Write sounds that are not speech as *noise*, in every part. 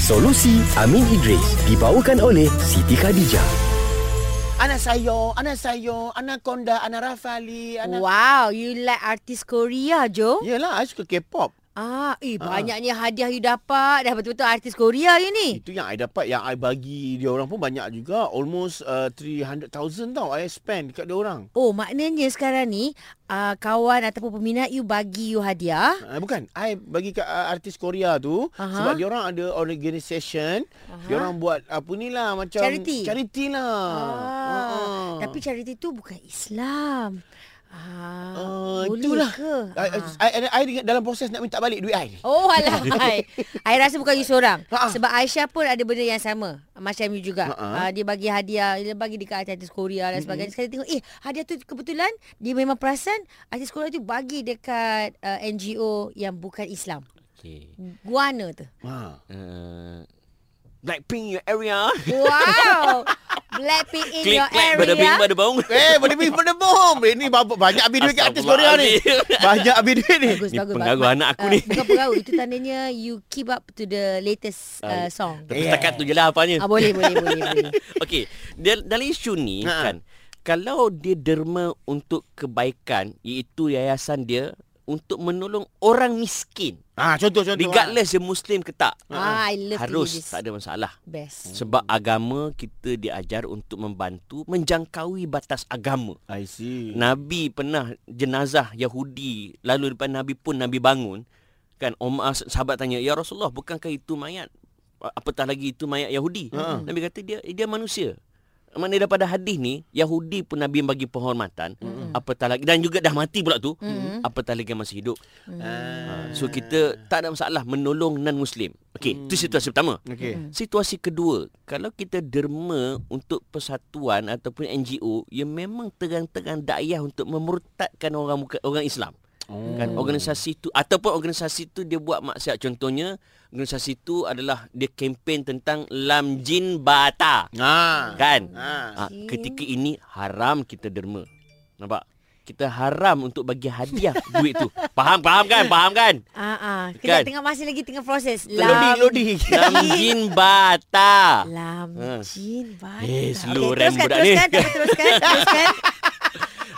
Solusi Amin Idris dibawakan oleh Siti Khadijah. Anak saya, anak saya, anak konda, anak Rafali, anak... Wow, you like artis Korea, Jo? Yeah. Yelah, I suka K-pop. Ah, eh, Ya. Ah. banyaknya hadiah you dapat. Dah betul-betul artis Korea you ni. Itu yang I dapat, yang I bagi dia orang pun banyak juga. Almost uh, 300,000 tau I spend dekat dia orang. Oh, maknanya sekarang ni uh, kawan ataupun peminat you bagi you hadiah. Uh, bukan, I bagi kat uh, artis Korea tu Aha. sebab dia orang ada organisation, dia Aha. orang buat apa ni lah macam Charity. charity lah. Ah, Ah. Tapi charity tu bukan Islam. Ah, Ah, boleh itulah. ke? I, Ah. I, I, I dengan- dalam proses nak minta balik duit I. *laughs* Oh alahai. I rasa bukan you seorang. Ha. Ha-ha. Sebab Aisyah pun ada benda yang sama. Macam you juga. Ha-ha. Uh, dia bagi hadiah. Dia bagi dekat artis Korea dan sebagainya. Sekali tengok eh hadiah tu kebetulan dia memang perasan artis Korea tu bagi dekat uh, NGO yang bukan Islam. Okay. Guana tu. Ha. Uh, Blackpink your area. *laughs* Wow. Blackpink in Click your clack pada bing area. *laughs* pada bong. Eh, boleh beli benda bom. Ini banyak habis duit kat artis Korea ni. Astagfirullahalazim. Banyak habis duit *laughs* ni. Bagus, Ni bagus. pengaruh bagus. anak aku Ah, ni. Bukan pengaruh. Itu tandanya you keep up to the latest uh, Ah, song. Tapi setakat tu je lah apanya. Ah, boleh, boleh, boleh, boleh. *laughs* Okey, dia- dalam isu ni Ha. kan, kalau dia derma untuk kebaikan, iaitu yayasan dia untuk menolong orang miskin. Ah, lah. contoh-contoh. Regardless dia Muslim ke tak. Ah, I love to hear Harus this. tak ada masalah. Best. Sebab agama kita diajar untuk membantu menjangkaui batas agama. I see. Nabi pernah jenazah Yahudi lalu depan Nabi pun Nabi bangun kan Umar sahabat tanya ya Rasulullah bukankah itu mayat A- apatah lagi itu mayat Yahudi Ha. Nabi kata dia dia manusia Maknanya daripada hadis ni Yahudi pun Nabi bagi penghormatan apatah lagi dan juga dah mati pula tu Mm-mm. apatah lagi yang masih hidup Hmm. Ah. ha. so kita tak ada masalah menolong non muslim okey itu situasi pertama Okey. Hmm. Situasi kedua, kalau kita derma untuk persatuan ataupun NGO yang memang terang-terang dakwah untuk memurtadkan orang bukan orang Islam. Oh. Kan organisasi itu ataupun organisasi itu dia buat maksiat. Contohnya, organisasi itu adalah dia kempen tentang lamjin bata. Ah. Kan? Ah. Ha, ketika ini haram kita derma. Nampak? Kita haram untuk bagi hadiah duit tu. Faham, faham kan? Faham *laughs* kan? Ah ah, Kan? kita tengah masih lagi tengah proses. Lodi, lodi. Lamjin bata. Lamjin bata. Ha. Eh, slow Okey, rem teruskan, budak ni. teruskan, ni. *laughs* Teruskan, teruskan,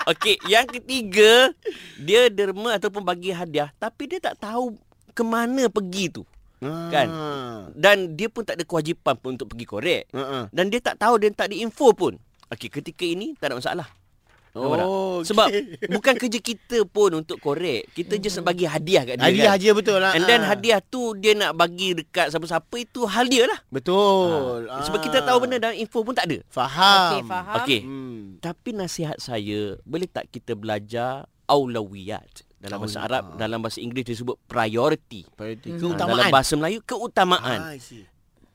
Okey, yang ketiga, dia derma ataupun bagi hadiah tapi dia tak tahu ke mana pergi tu. Ah. Kan? Dan dia pun tak ada kewajipan pun untuk pergi korek. Uh-uh. Dan dia tak tahu dan tak ada info pun. Okey, ketika ini tak ada masalah. Nampak tak? Oh, okey. Sebab *laughs* bukan kerja kita pun untuk korek. Kita just nak bagi hadiah kat dia Hadiah kan. je betul lah. And then Ah. hadiah tu dia nak bagi dekat siapa-siapa itu hal dia lah. Betul. Ah. Sebab kita tahu benda dan info pun tak ada. Faham. Okey, faham. Okey. Hmm. Tapi nasihat saya, boleh tak kita belajar aulawiyat? Dalam bahasa Aula- Arab, dalam bahasa Inggeris disebut priority. Priority. Ha, Ah, Keutamaan. Dalam kan. bahasa Melayu, keutamaan. Ah, I see.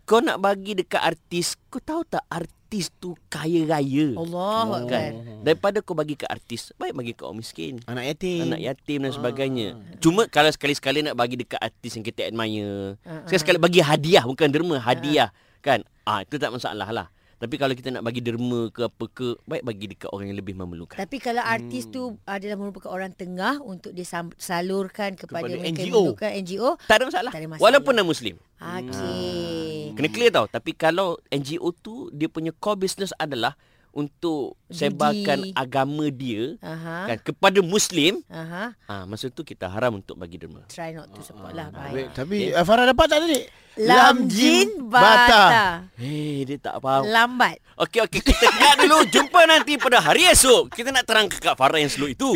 Kau nak bagi dekat artis, kau tahu tak artis tu kaya raya? Allah Kan? Oh. Akbar. Daripada kau bagi ke artis, baik bagi ke orang miskin. Anak yatim. Anak ya- yatim dan sebagainya. Cuma kalau sekali-sekali nak bagi dekat artis yang kita admire. Ah, ah. Sekali-sekali bagi hadiah, bukan derma, hadiah. Kan? Ah Itu tak masalah lah. Tapi kalau kita nak bagi derma ke apa ke, baik bagi dekat orang yang lebih memerlukan. Tapi kalau Hmm. artis tu adalah merupakan orang tengah untuk disalurkan kepada, Kepada mereka yang NGO. memerlukan NGO. Tak ada masalah. Tak ada masalah. Walaupun non muslim. Okey. Hmm. Kena clear tau. Tapi kalau NGO tu dia punya core business adalah untuk Judi. Ha? sebarkan agama dia Aha. kan kepada muslim. Aha. Ah ha, masa tu kita haram untuk bagi derma. Try not Ah, to support lah. Wait, Baik. tapi eh. Farah dapat tak tadi? Lamjin bata. Eh, Hei, dia tak faham. Lambat. Okey, okey. Kita cut dulu. Jumpa nanti pada hari esok. Kita nak terang ke Kak Farah yang slow itu.